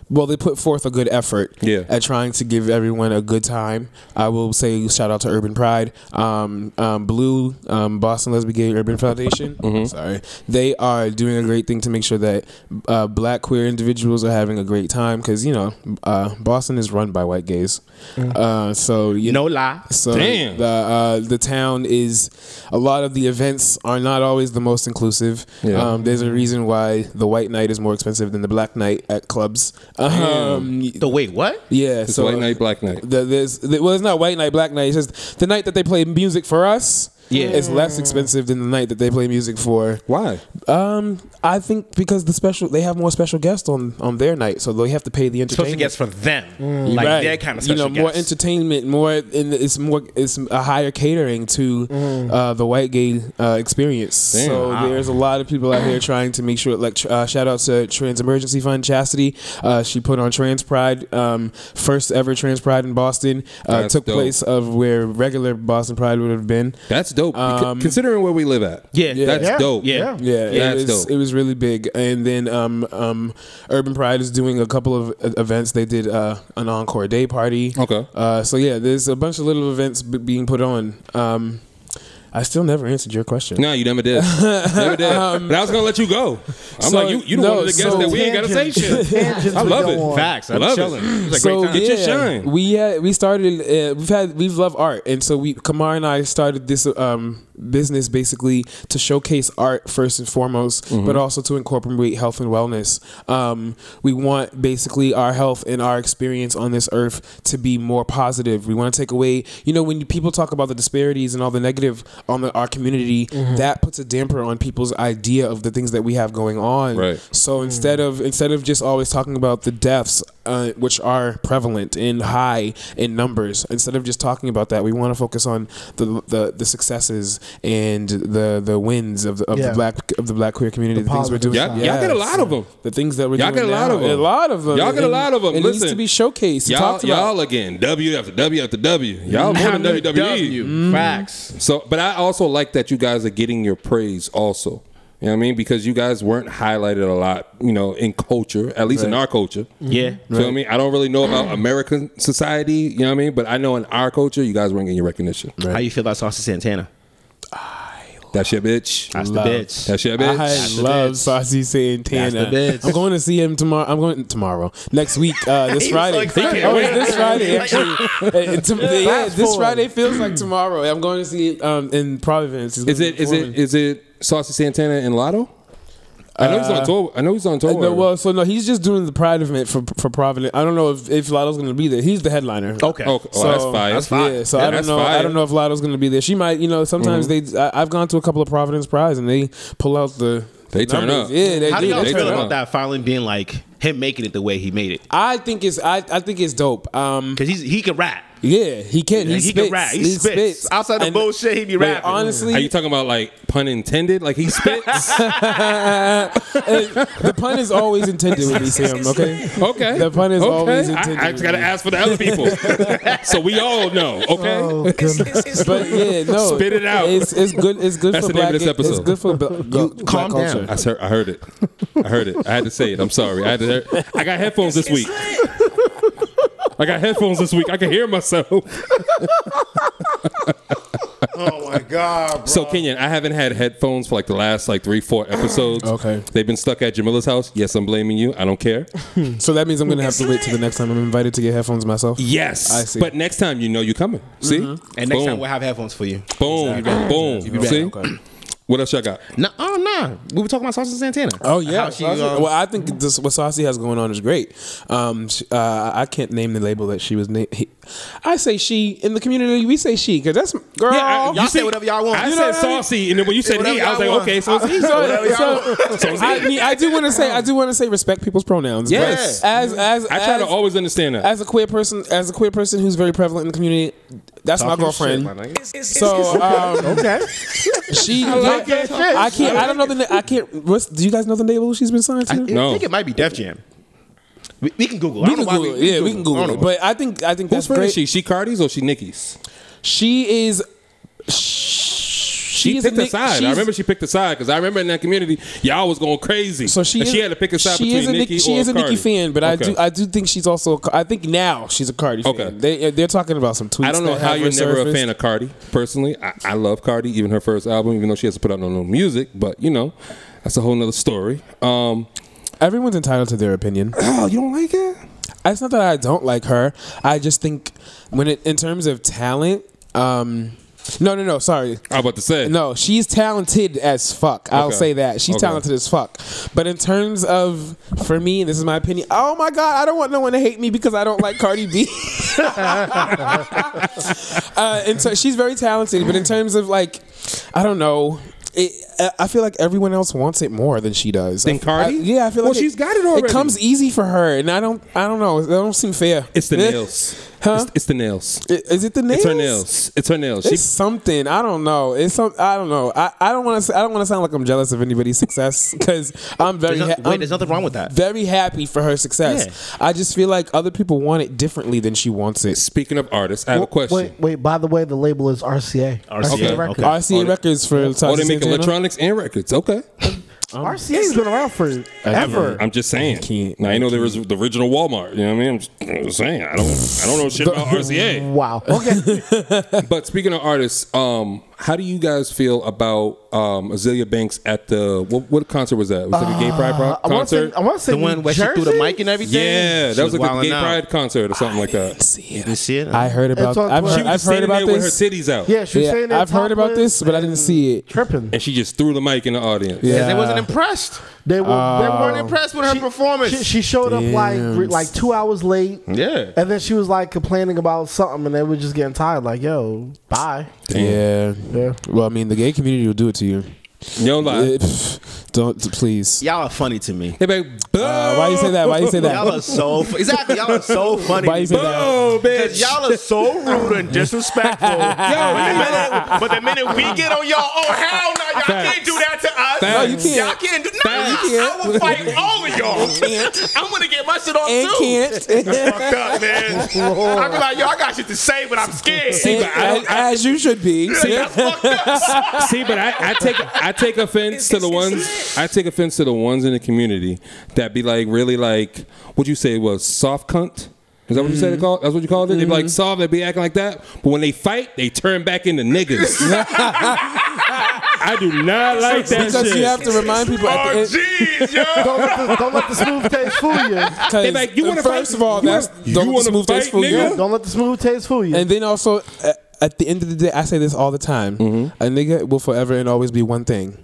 S4: well. They put forth a good effort
S3: Yeah.
S4: at trying to give everyone a good time. I will say shout out to Urban Pride, um, um, Blue, um, Boston Lesbian Gay Urban Foundation. Sorry, they are doing a great thing to make sure that uh, Black queer individuals are having a great time because you know uh, Boston is run by white gays. Uh, so you know.
S1: No lie.
S4: So
S3: Damn.
S4: the uh, the town is a lot of the events are not always the most inclusive.
S3: Yeah.
S4: Um, there's a reason why the white night is more expensive than the black night at clubs. Um,
S1: The wait, what?
S4: yeah,
S3: It's
S4: so
S3: white night, black night.
S4: The, there's the, well, it's not white night, black night. It's just the night that they play music for us.
S1: Yeah.
S4: it's less expensive than the night that they play music for.
S3: Why?
S4: Um, I think because the special they have more special guests on on their night, so they have to pay the
S1: Supposed to
S4: entertainment.
S1: guess for them, like
S4: Mm. Right.
S1: their kind of
S4: you know
S1: special
S4: more
S1: guest.
S4: entertainment more in the, it's more it's a higher catering to uh, the white gay uh, experience
S3: Damn.
S4: so there's a lot of people out here trying to make sure like tr- uh, shout out to trans emergency fund chastity uh, she put on trans pride um, first ever trans pride in boston uh,
S3: That's
S4: took
S3: dope.
S4: place of where regular boston pride would have been
S3: That's dope. Beca-
S4: Um,
S3: Considering where we live at.
S1: Yeah. Yeah.
S3: That's
S2: Yeah.
S3: dope.
S1: Yeah.
S4: yeah,
S3: That's
S4: it was
S3: dope.
S4: it was really big. And then um, um, Urban Pride is doing a couple of uh, events. They did uh, an encore day party.
S3: Okay.
S4: Uh, so yeah, there's a bunch of little events b- being put on. Um, I still never answered your question.
S3: No, you never did. never did. but I was gonna let you go. I'm
S4: Um, so-
S3: like, you, you don't
S4: no,
S3: want to guess
S4: so-
S3: that we ain't gotta say
S2: Tangents-
S3: shit.
S2: tangents
S3: I
S2: we
S3: love
S2: go
S3: it.
S2: on.
S1: Facts. I'm
S3: Love it.
S1: chilling. It was a
S4: so
S1: great time.
S3: Get your shine.
S4: we had we started uh, we've had we've loved art and so we Kamar and I started this um, business basically to showcase art first and foremost
S3: Mm-hmm.
S4: but also to incorporate health and wellness um, we want basically our health and our experience on this earth to be more positive we want to take away you know when you- people talk about the disparities and all the negative on the, our community
S3: Mm-hmm.
S4: that puts a damper on people's idea of the things that we have going on
S3: Right.
S4: so instead of instead of just always talking about the deaths, uh, which are prevalent and high in numbers, instead of just talking about that, we want to focus on the the, the successes and the the wins of the, of
S2: Yeah.
S4: the black of the black queer community. The, things we're
S2: positive
S4: doing.
S3: Y'all, y'all get a lot of them.
S4: The things that we're
S3: Y'all
S4: doing
S3: get a lot
S4: now.
S3: of 'em.
S4: A lot of them.
S3: Y'all get a lot of 'em.
S4: It needs
S3: Listen.
S4: to be showcased.
S3: Y'all,
S4: talked about.
S3: y'all again. W after W after W. Y'all more than WWE.
S1: E. Facts.
S3: So, but I also like that you guys are getting your praise also. You know what I mean? Because you guys weren't highlighted a lot, you know, in culture, at least in our culture.
S1: Yeah.
S3: You know what I mean? I don't really know about American society, you know what I mean? But I know in our culture, you guys weren't getting your recognition.
S1: How you feel about Saucy Santana?
S3: That's your bitch.
S1: That's
S4: Love.
S1: the bitch.
S3: That's your bitch.
S4: I love Saucy
S1: That's the
S4: Santana.
S1: bitch.
S4: I'm going to see him tomorrow. I'm going tomorrow next week. Uh, this
S1: He was so
S4: Friday.
S1: excited.
S4: oh, it's this Friday actually. Uh, to- yeah, this
S2: forward.
S4: Friday feels like tomorrow. I'm going to see um, in Providence. He's
S3: Is
S4: gonna
S3: it
S4: be
S3: is it
S4: performing.
S3: is it Saucy Santana and Lotto? I know he's on tour. I know he's on tour.
S4: Uh, no, well, so no, he's just doing the Pride event for for Providence. I don't know if if Lotto's going to be there. He's the headliner.
S1: Okay.
S3: Oh, oh, that's fire.
S1: That's fire.
S4: Yeah, so
S3: Yeah,
S4: I don't
S3: that's
S4: know. I
S3: fire. Mm-hmm.
S4: don't know if Lotto's going to be there. She might. You know, sometimes they. I, I've gone to a couple of Providence Prides and they pull out the.
S3: They turn
S4: numbers.
S3: up.
S4: Yeah, they
S1: How do
S4: do.
S1: y'all
S4: They
S3: They
S1: feel
S4: turn
S3: turn
S4: up.
S1: about
S3: up.
S1: that finally being like him making it the way he made it?
S4: I think it's I, I think it's dope. Um,
S1: Because he's he can rap.
S4: Yeah, he can. He,
S1: Like,
S4: spits.
S1: can rap. He, spits. Outside the
S4: And-
S1: bullshit, he be
S4: Wait,
S1: rapping.
S4: Honestly,
S3: Are you talking about like pun intended? Like he spits?
S4: uh, the pun is always intended with me, Sam. Okay.
S3: okay.
S4: The pun is
S3: okay.
S4: always intended.
S3: I, I just gotta ask for the other people. so we all know, okay?
S4: But yeah, no.
S3: Spit it out.
S4: It's, it's good. It's good
S3: That's
S4: for
S3: the name of
S4: black.
S3: this
S4: It's
S3: episode.
S4: good for bla- bla- black
S1: calm down.
S4: culture.
S3: I, ser- I heard it. I heard it. I had to say it. I'm sorry. I had to. I got headphones this week. I got headphones this week. I can hear myself.
S1: Oh my god,
S3: So Kenyon, I haven't had headphones for like the last like three, four episodes.
S4: Okay.
S3: They've been stuck at Jamila's house. Yes, I'm blaming you. I don't care.
S4: So that means I'm gonna have to wait till the next time I'm invited to get headphones myself.
S3: Yes.
S4: I see.
S3: But next time you know you coming. See?
S1: Mm-hmm. And next
S3: Boom.
S1: time we'll have headphones for you.
S3: Boom. Boom. See? What else y'all got?
S1: No, oh no, we were talking about Saucy Santana.
S4: Oh yeah.
S1: How she,
S4: Saucy-
S1: um,
S4: well, I think this, what Saucy has going on is great. Um, sh- uh, I can't name the label that she was named. I say she in the community. We say she because that's girl.
S3: I-
S1: y'all say whatever y'all want.
S3: I
S1: You know
S3: said
S1: what I mean?
S3: saucy, and then when you said
S1: Whatever
S3: he, I was
S1: y'all
S3: like,
S1: want.
S3: okay, so it's he.
S4: So-
S1: Whatever y'all
S4: so- I mean, I do want to say, I do want to say, respect people's pronouns. but
S3: Yes.
S4: as as
S3: I try to
S4: as-
S3: always understand that.
S4: as a queer person, as a queer person who's very prevalent in the community, that's my girlfriend. so um,
S1: Okay.
S4: she, I, I can't, I don't know the, na- I can't. What's, do you guys know the label she's been signed to?
S1: I,
S3: No.
S1: think it might be Def Jam. We, we can Google. I
S4: we
S1: don't
S4: can
S1: know why
S4: Google it. Yeah, we can
S1: I
S4: Google
S1: don't
S4: it.
S1: know.
S4: But I think I think
S3: Whose
S4: that's
S3: friend
S4: great.
S3: is she?
S4: She?
S3: She Cardi's or she Nikki's?
S4: is.
S3: She,
S4: She, is
S3: picked a
S4: Nick-
S3: side. I
S4: she's-
S3: remember she picked a side because I remember in that community, y'all was going crazy.
S4: So she
S3: and
S4: is,
S3: she had to pick a side between
S4: is a Nicki-
S3: Nikki.
S4: She
S3: or
S4: is a Nicki
S3: Cardi.
S4: fan, but I
S3: Okay.
S4: do I do think she's also. a Ca- I think now she's a Cardi
S3: Okay.
S4: fan. They uh, they're talking about some tweets.
S3: I don't know
S4: that
S3: how
S4: have
S3: you're never a
S4: resurfaced.
S3: fan of Cardi. Personally, I, I love Cardi, even her first album, even though she hasn't put out no new music. But you know, that's a whole nother story. Um,
S4: Everyone's entitled to their opinion.
S3: oh, you don't like it?
S4: It's not that I don't like her. I just think when it in terms of talent, um, no, no, no. Sorry,
S3: I was about to say
S4: no. She's talented as fuck. I'll
S3: Okay.
S4: say that she's
S3: Okay.
S4: talented as fuck. But in terms of for me, this is my opinion. Oh my god, I don't want no one to hate me because I don't like Cardi B. uh, and so she's very talented, but in terms of like, I don't know. It, uh, I- I feel like everyone else wants it more than she does.
S3: Than
S4: I-
S3: Cardi?
S4: I- yeah, I feel
S3: Well,
S4: like
S3: she's got it
S4: It
S3: already.
S4: comes easy for her, and I don't, I don't know. It don't seem fair.
S3: It's the
S4: Eh,
S3: nails.
S4: Huh?
S3: It's, it's the nails.
S4: i- Is it the nails?
S3: It's her nails. It's her nails. She,
S4: It's something I don't know. It's some I don't know. I, I don't want to. I don't want to sound like I'm jealous of anybody's success because I'm very.
S1: There's no-
S4: ha-
S1: wait,
S4: I'm
S1: there's nothing wrong with that.
S4: Very happy for her success. I just feel like other people want it differently than she wants it.
S3: speaking of artists, I have a question.
S2: Wait, wait. By the way, the label is RCA.
S1: RCA, okay.
S2: Records.
S4: RCA Records for
S3: Oh,
S4: Saucy
S3: they make
S4: Santana?
S3: electronics and records. Okay.
S2: RCA's been around for ever.
S3: I'm just saying.
S4: can't-
S3: Now, I know there was the original Walmart. You know what I mean? I'm just, I'm just saying. I don't. I don't know shit about RCA.
S2: Wow. Okay.
S3: But speaking of artists, um, how do you guys feel about um, Azealia Banks at the what, what concert was that? Was it a Gay Pride pro-
S2: Uh, I want to
S3: concert?
S2: say. I want to say
S1: The one
S2: New
S1: where she threw the
S2: Jersey?
S1: mic and everything.
S3: yeah,
S1: She
S3: that was like a
S1: wilding
S3: Gay
S1: out.
S3: Pride concert or something like that.
S4: See it.
S1: You see it?
S4: I heard about.
S2: It's on
S4: I've
S2: Twitter.
S4: heard,
S2: She was
S4: I've
S3: Standing
S4: heard about
S3: there with
S4: this.
S3: her titties out.
S2: Yeah, she was
S4: Yeah,
S2: saying that
S4: I've heard about this, but I didn't see it.
S2: Tripping.
S3: And she just threw the mic in the audience.
S4: Yeah.
S1: They wasn't impressed.
S2: They were.
S1: They
S2: they
S1: weren't
S2: weren't impressed.
S1: impressed with her performance.
S2: Uh, She, she showed up like
S4: Damn.
S2: re- like two hours late,
S1: yeah.
S2: and then she was like complaining about something, and they were just getting tired. Like, yo, bye.
S4: Yeah.
S2: Yeah.
S4: Well, I mean, the gay community will do it to you.
S3: No lie.
S4: Eh, pff, Don't please.
S1: Y'all are funny to me.
S3: Hey, baby.
S4: Uh, why you say that? Why you say
S1: Y'all are
S4: that?
S1: so fu- exactly. Y'all are so funny.
S4: Why you say that?
S3: Oh,
S1: Because
S3: bitch.
S1: y'all are so rude and disrespectful. Yo, but, the minute, but the minute we get on y'all, oh hell no, y'all can't
S3: Facts.
S1: do that to us.
S3: Facts. No, you
S4: can't.
S1: Y'all can't do no,
S3: Facts.
S1: no, I will fight all of y'all. I'm gonna get my shit on
S4: And
S1: too.
S4: can't.
S1: Fucked up, man. I be like, yo, I got shit to say, but I'm scared.
S3: See, but I-
S4: as, as you should be.
S1: Like, that's fucked up.
S3: See, but I, I take I take offense to the ones I take offense to the ones in the community that be like really like what you say was soft cunt. Is that what you
S4: Mm-hmm.
S3: said? It called? That's what you called it. They be like soft. They be acting like that. But when they fight, they turn back into niggas. I do not like that
S4: Because
S3: shit.
S4: you have to remind people at the
S1: Oh,
S4: end.
S1: jeez, yo.
S2: Don't let the, don't let the smooth taste fool you.
S4: Because
S3: They like, "You wanna
S4: first
S3: fight-
S4: of all,
S3: you
S4: that's
S3: wanna- you
S4: don't
S3: wanna
S4: smooth
S3: fight,
S4: taste for
S3: nigga?
S4: you.
S2: Don't let the smooth taste fool you.
S4: And then also, uh, at the end of the day, I say this all the time: a nigga will forever and always be one thing,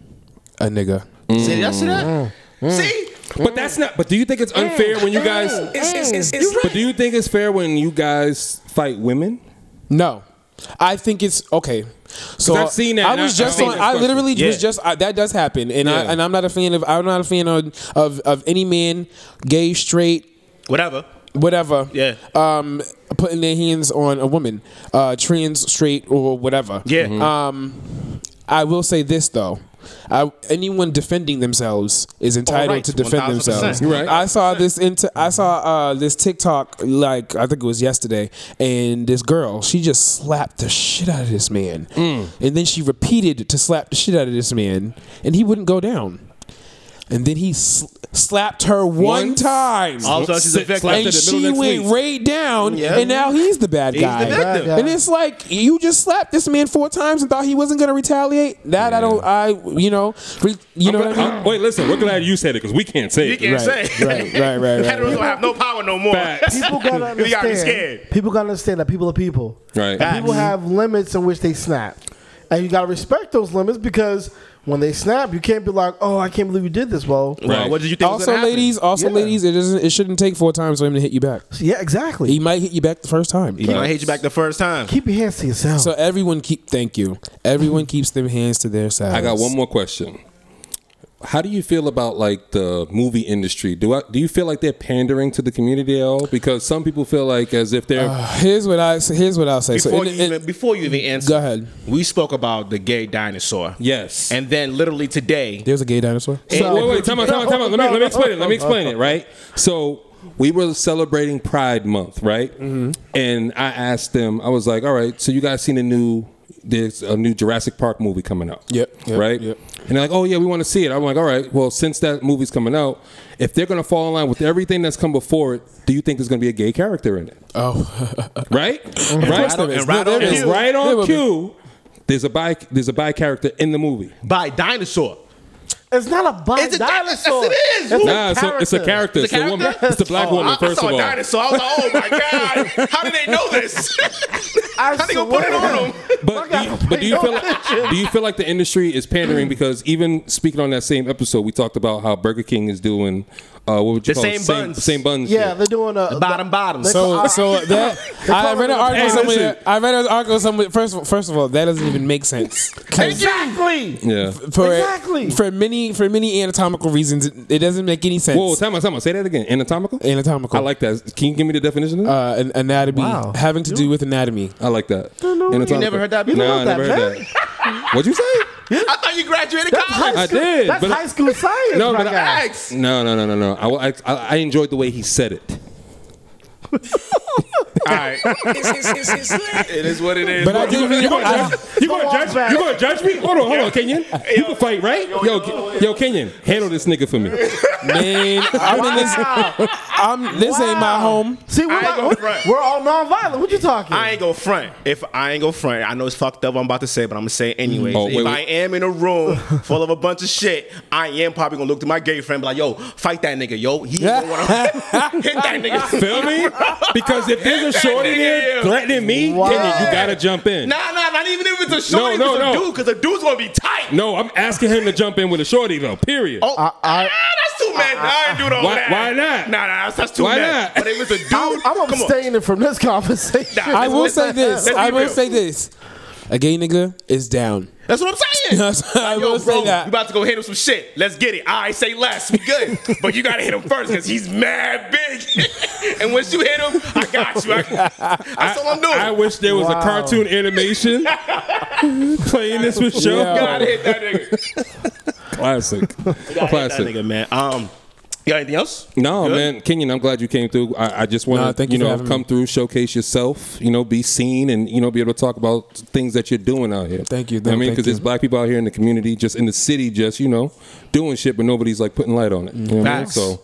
S4: a nigga.
S1: See, that's that. See,
S3: But that's not. But do you think it's unfair when you guys? But do you think it's fair when you guys fight women?
S4: No, I think it's okay. So
S3: I've seen that, and
S4: I
S3: I-
S4: was
S3: I've
S4: just
S3: seen
S4: on.
S3: that
S4: I
S3: question.
S4: literally
S1: Yeah.
S4: was just I, that does happen, and I
S3: Yeah.
S4: and I'm not a fan of. I'm not a fan of of, of any man, gay, straight.
S1: whatever.
S4: whatever.
S1: Yeah.
S4: Um, putting their hands on a woman, uh, trans, straight, or whatever. Mm-hmm.
S1: Yeah.
S4: Um, I will say this though. I, anyone defending themselves is entitled
S1: right,
S4: to defend
S1: 1000%.
S4: themselves.
S1: You're right.
S4: I saw this into I saw uh, this TikTok like I think it was yesterday, and this girl she just slapped the shit out of this man,
S1: Mm.
S4: and then she repeated to slap the shit out of this man, and he wouldn't go down. And then he sl- slapped her one
S3: Once.
S4: time
S1: All of a sudden she's a victim.
S3: slapped
S4: and
S3: in the middle
S4: she
S3: next
S4: went
S3: week.
S4: right down,
S1: Yeah.
S4: and now he's the bad
S1: He's the
S4: guy.
S1: victim.
S2: Bad
S4: And it's like you just slapped this man four times and thought he wasn't going to retaliate. That I don't. I you know, re, you know what I mean.
S3: Wait, listen. We're glad you said it because we can't say
S1: You
S3: it.
S1: can't say.
S4: Right, right, right, right,
S1: Heteros
S4: right.
S1: don't have no power no more.
S3: Facts.
S2: People gotta
S1: You gotta be
S2: understand.
S1: scared.
S2: People gotta understand that people are people.
S3: Right.
S1: Facts.
S2: People have limits in which they snap, and you gotta respect those limits because when they snap, you can't be like, "Oh, I can't believe you did this." Well,
S1: Well,
S3: Right.
S1: what did you think? was
S4: Also,
S1: gonna happen?
S4: ladies, also
S2: Yeah.
S4: ladies, it doesn't. It shouldn't take four times for him to hit you back.
S2: yeah, exactly.
S4: He might hit you back the first time.
S1: he might hate you back the first time.
S2: Keep your hands to yourself.
S4: So everyone keep. Thank you. Everyone keeps them hands to their side.
S3: I got one more question. How do you feel about like the movie industry? Do I do you feel like they're pandering to the community at all? Because some people feel like as if they're
S4: Here's what I. Here's what I'll say.
S1: Before,
S4: so, in-
S1: you
S4: in-
S1: even, before you even answer,
S4: Go ahead.
S1: We spoke about the gay dinosaur.
S3: yes.
S1: And then literally today,
S4: there's a gay dinosaur.
S3: Wait, wait, wait, time out, time out, time out. Let me let me explain it. Let me explain it. Right. So we were celebrating Pride Month, right?
S4: Mm-hmm.
S3: And I asked them. I was like, "All right, so you guys seen the new? There's a new Jurassic Park movie coming out.
S4: Yep, yep,
S3: right.
S4: yep.
S3: And they're like, "Oh yeah, we want to see it." I'm like, "All right, well, since that movie's coming out, if they're gonna fall in line with everything that's come before it, do you think there's gonna be a gay character in it?
S4: Oh,
S3: Right?
S4: course
S3: right?
S4: there is.
S1: and right
S4: No,
S1: on
S4: there is.
S1: cue.
S3: Right
S4: There
S3: on
S4: will be.
S3: cue. There's a bi. There's a bi character in the movie.
S1: by dinosaur.
S2: It's not a bi-
S1: It's a di-
S2: dinosaur.
S1: Yes, it is.
S2: It's a
S3: Nah, it's a, it's a character. It's a,
S1: character?
S3: woman. It's a black
S1: Oh,
S3: woman.
S1: I, I
S3: first
S1: saw
S3: of all,
S1: a dinosaur. I was like, oh my god, how did they know this?
S2: I
S1: how they gonna put it
S2: swear.
S1: on them?
S3: But do you, but do you feel like do you feel like the industry is pandering because even speaking on that same episode we talked about how Burger King is doing uh, what would you
S1: The
S3: call it?
S1: same buns.
S3: same buns
S2: Yeah,
S3: shit.
S2: they're doing a
S1: Bottom, bottom.
S2: They
S4: So,
S2: call-
S4: so that I read an article
S3: Hey,
S4: somewhere.
S3: listen.
S4: I read an article somewhere. First, of- first of all, that doesn't even make sense. 'Cause
S2: exactly.
S3: yeah.
S4: For,
S2: Exactly.
S4: For many, for many anatomical reasons, it, it doesn't make any sense.
S3: Whoa, time out, time out. Say that again. Anatomical.
S4: anatomical.
S3: I like that. Can you give me the definition? Of that?
S4: uh, an, anatomy
S2: Wow.
S4: having to do with anatomy.
S3: I like that.
S2: no,
S3: Anatomical.
S1: you never heard that
S3: No,
S1: before?
S3: I
S2: You don't
S3: never
S2: know
S3: heard
S2: that,
S3: that. What'd you say?
S1: I thought you graduated
S2: That's high
S1: college.
S2: school.
S3: I did,
S2: That's
S3: but-
S2: high school science.
S3: No,
S2: my guy.
S3: but I,
S1: Facts.
S3: no, no, no, no, no. I, I, I enjoyed the way he said it.
S1: All right, it is what it is.
S4: But I
S3: You
S4: did
S3: gonna, you
S4: read.
S3: gonna
S4: I,
S3: judge? You gonna judge? You gonna judge me? Hold on, hold on, Kenyon. You can fight, right? Yo, Ke- yo, Kenyon, handle this nigga for me.
S4: man, I'm in this. I'm, this ain't my
S2: Wow.
S4: home.
S2: See, we're,
S1: I ain't
S2: like,
S1: gonna
S2: we're,
S1: front.
S2: we're all nonviolent. What you talking?
S1: I ain't go front. If I ain't go front, I know it's fucked up. What I'm about to say, but I'm gonna say it anyways.
S3: Oh, wait,
S1: if
S3: wait.
S1: I am in a room full of a bunch of shit, I am probably gonna look to my gay friend, and be like, "Yo, fight that nigga, yo, he don't wanna hit that nigga."
S3: Feel me? Because if there's a shorty there threatening me,
S2: Wow.
S3: Kenyon, you gotta jump in.
S1: Nah, nah, not even if it's a shorty, if
S3: No, no,
S1: it's a
S3: no.
S1: dude, because a dude's gonna be tight.
S3: No, I'm asking him to jump in with a shorty though. Period.
S1: Oh, ah, that's too mad. I, ain't do all
S3: Why-
S1: that.
S3: why not?
S1: Nah, nah, that's, that's too
S3: Why
S1: mad.
S3: not?
S1: But if it's a dude,
S2: I'm, I'm
S1: come on.
S2: abstaining from this conversation.
S1: Nah,
S4: I will
S1: let's-
S4: say
S1: let's-
S4: this.
S1: let's be
S4: I will
S1: real.
S4: say this. A gay nigga is down.
S1: That's what I'm saying.
S4: Yes, I
S1: Yo,
S4: will say
S1: bro,
S4: that.
S1: You about to go hit him some shit. Let's get it. I say less. We good. but you gotta hit him first because he's mad big. and once you hit him, I got you. I, that's all I'm doing.
S3: I wish there was
S2: Wow.
S3: a cartoon animation playing this with show.
S4: Yeah.
S1: gotta hit that nigga.
S3: Classic.
S1: Gotta hit that
S3: Classic.
S1: nigga, man. Um, you got anything else?
S3: No,
S1: Good?
S3: man, Kenyon, I'm glad you came through. I, I just want
S4: Nah,
S3: to,
S4: thank
S3: you
S4: you for
S3: know,
S4: having
S3: come
S4: me.
S3: through, showcase yourself, you know, be seen, and you know, be able to talk about things that you're doing out here.
S4: Thank you,
S3: I
S4: no,
S3: mean,
S4: thank
S3: because there's
S4: you.
S3: black people out here in the community, just in the city, just you know, doing shit, but nobody's like putting light on it. You know what I mean?
S1: Facts.
S3: So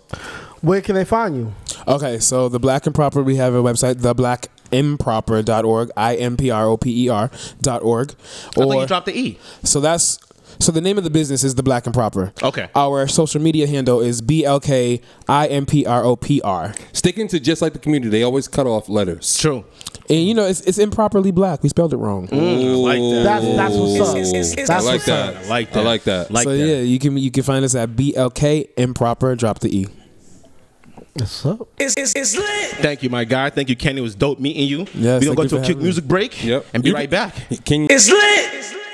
S2: Where can they find you?
S4: Okay, so the Black Improper, we have a website, theblackimproper.org, I M P R O P E R dot org.
S1: I think
S4: Or
S1: you dropped the E.
S4: so that's so the name of the business is the Black and Proper.
S1: Okay.
S4: Our social media handle is B L K I M P R O P R.
S3: sticking to just like the community, they always cut off letters.
S1: True.
S4: And you know it's, it's improperly black. We spelled it wrong.
S1: like that.
S2: That's that's what's up. That's
S3: Oh. I like
S2: what's up.
S3: that.
S1: I like that.
S3: I like that.
S1: Like
S4: so
S1: that.
S4: yeah, you can you can find us at B L K improper. Drop the e.
S2: What's up?
S1: Thank you, my guy. Thank you, Kenny. It was dope meeting you.
S4: Yes,
S1: We're gonna
S4: thank
S1: go
S4: you
S1: to
S4: for
S1: a quick
S4: having me.
S1: music break
S3: Yep.
S1: and be
S3: You
S1: right
S3: can-
S1: back.
S3: Kenyon,
S7: It's lit.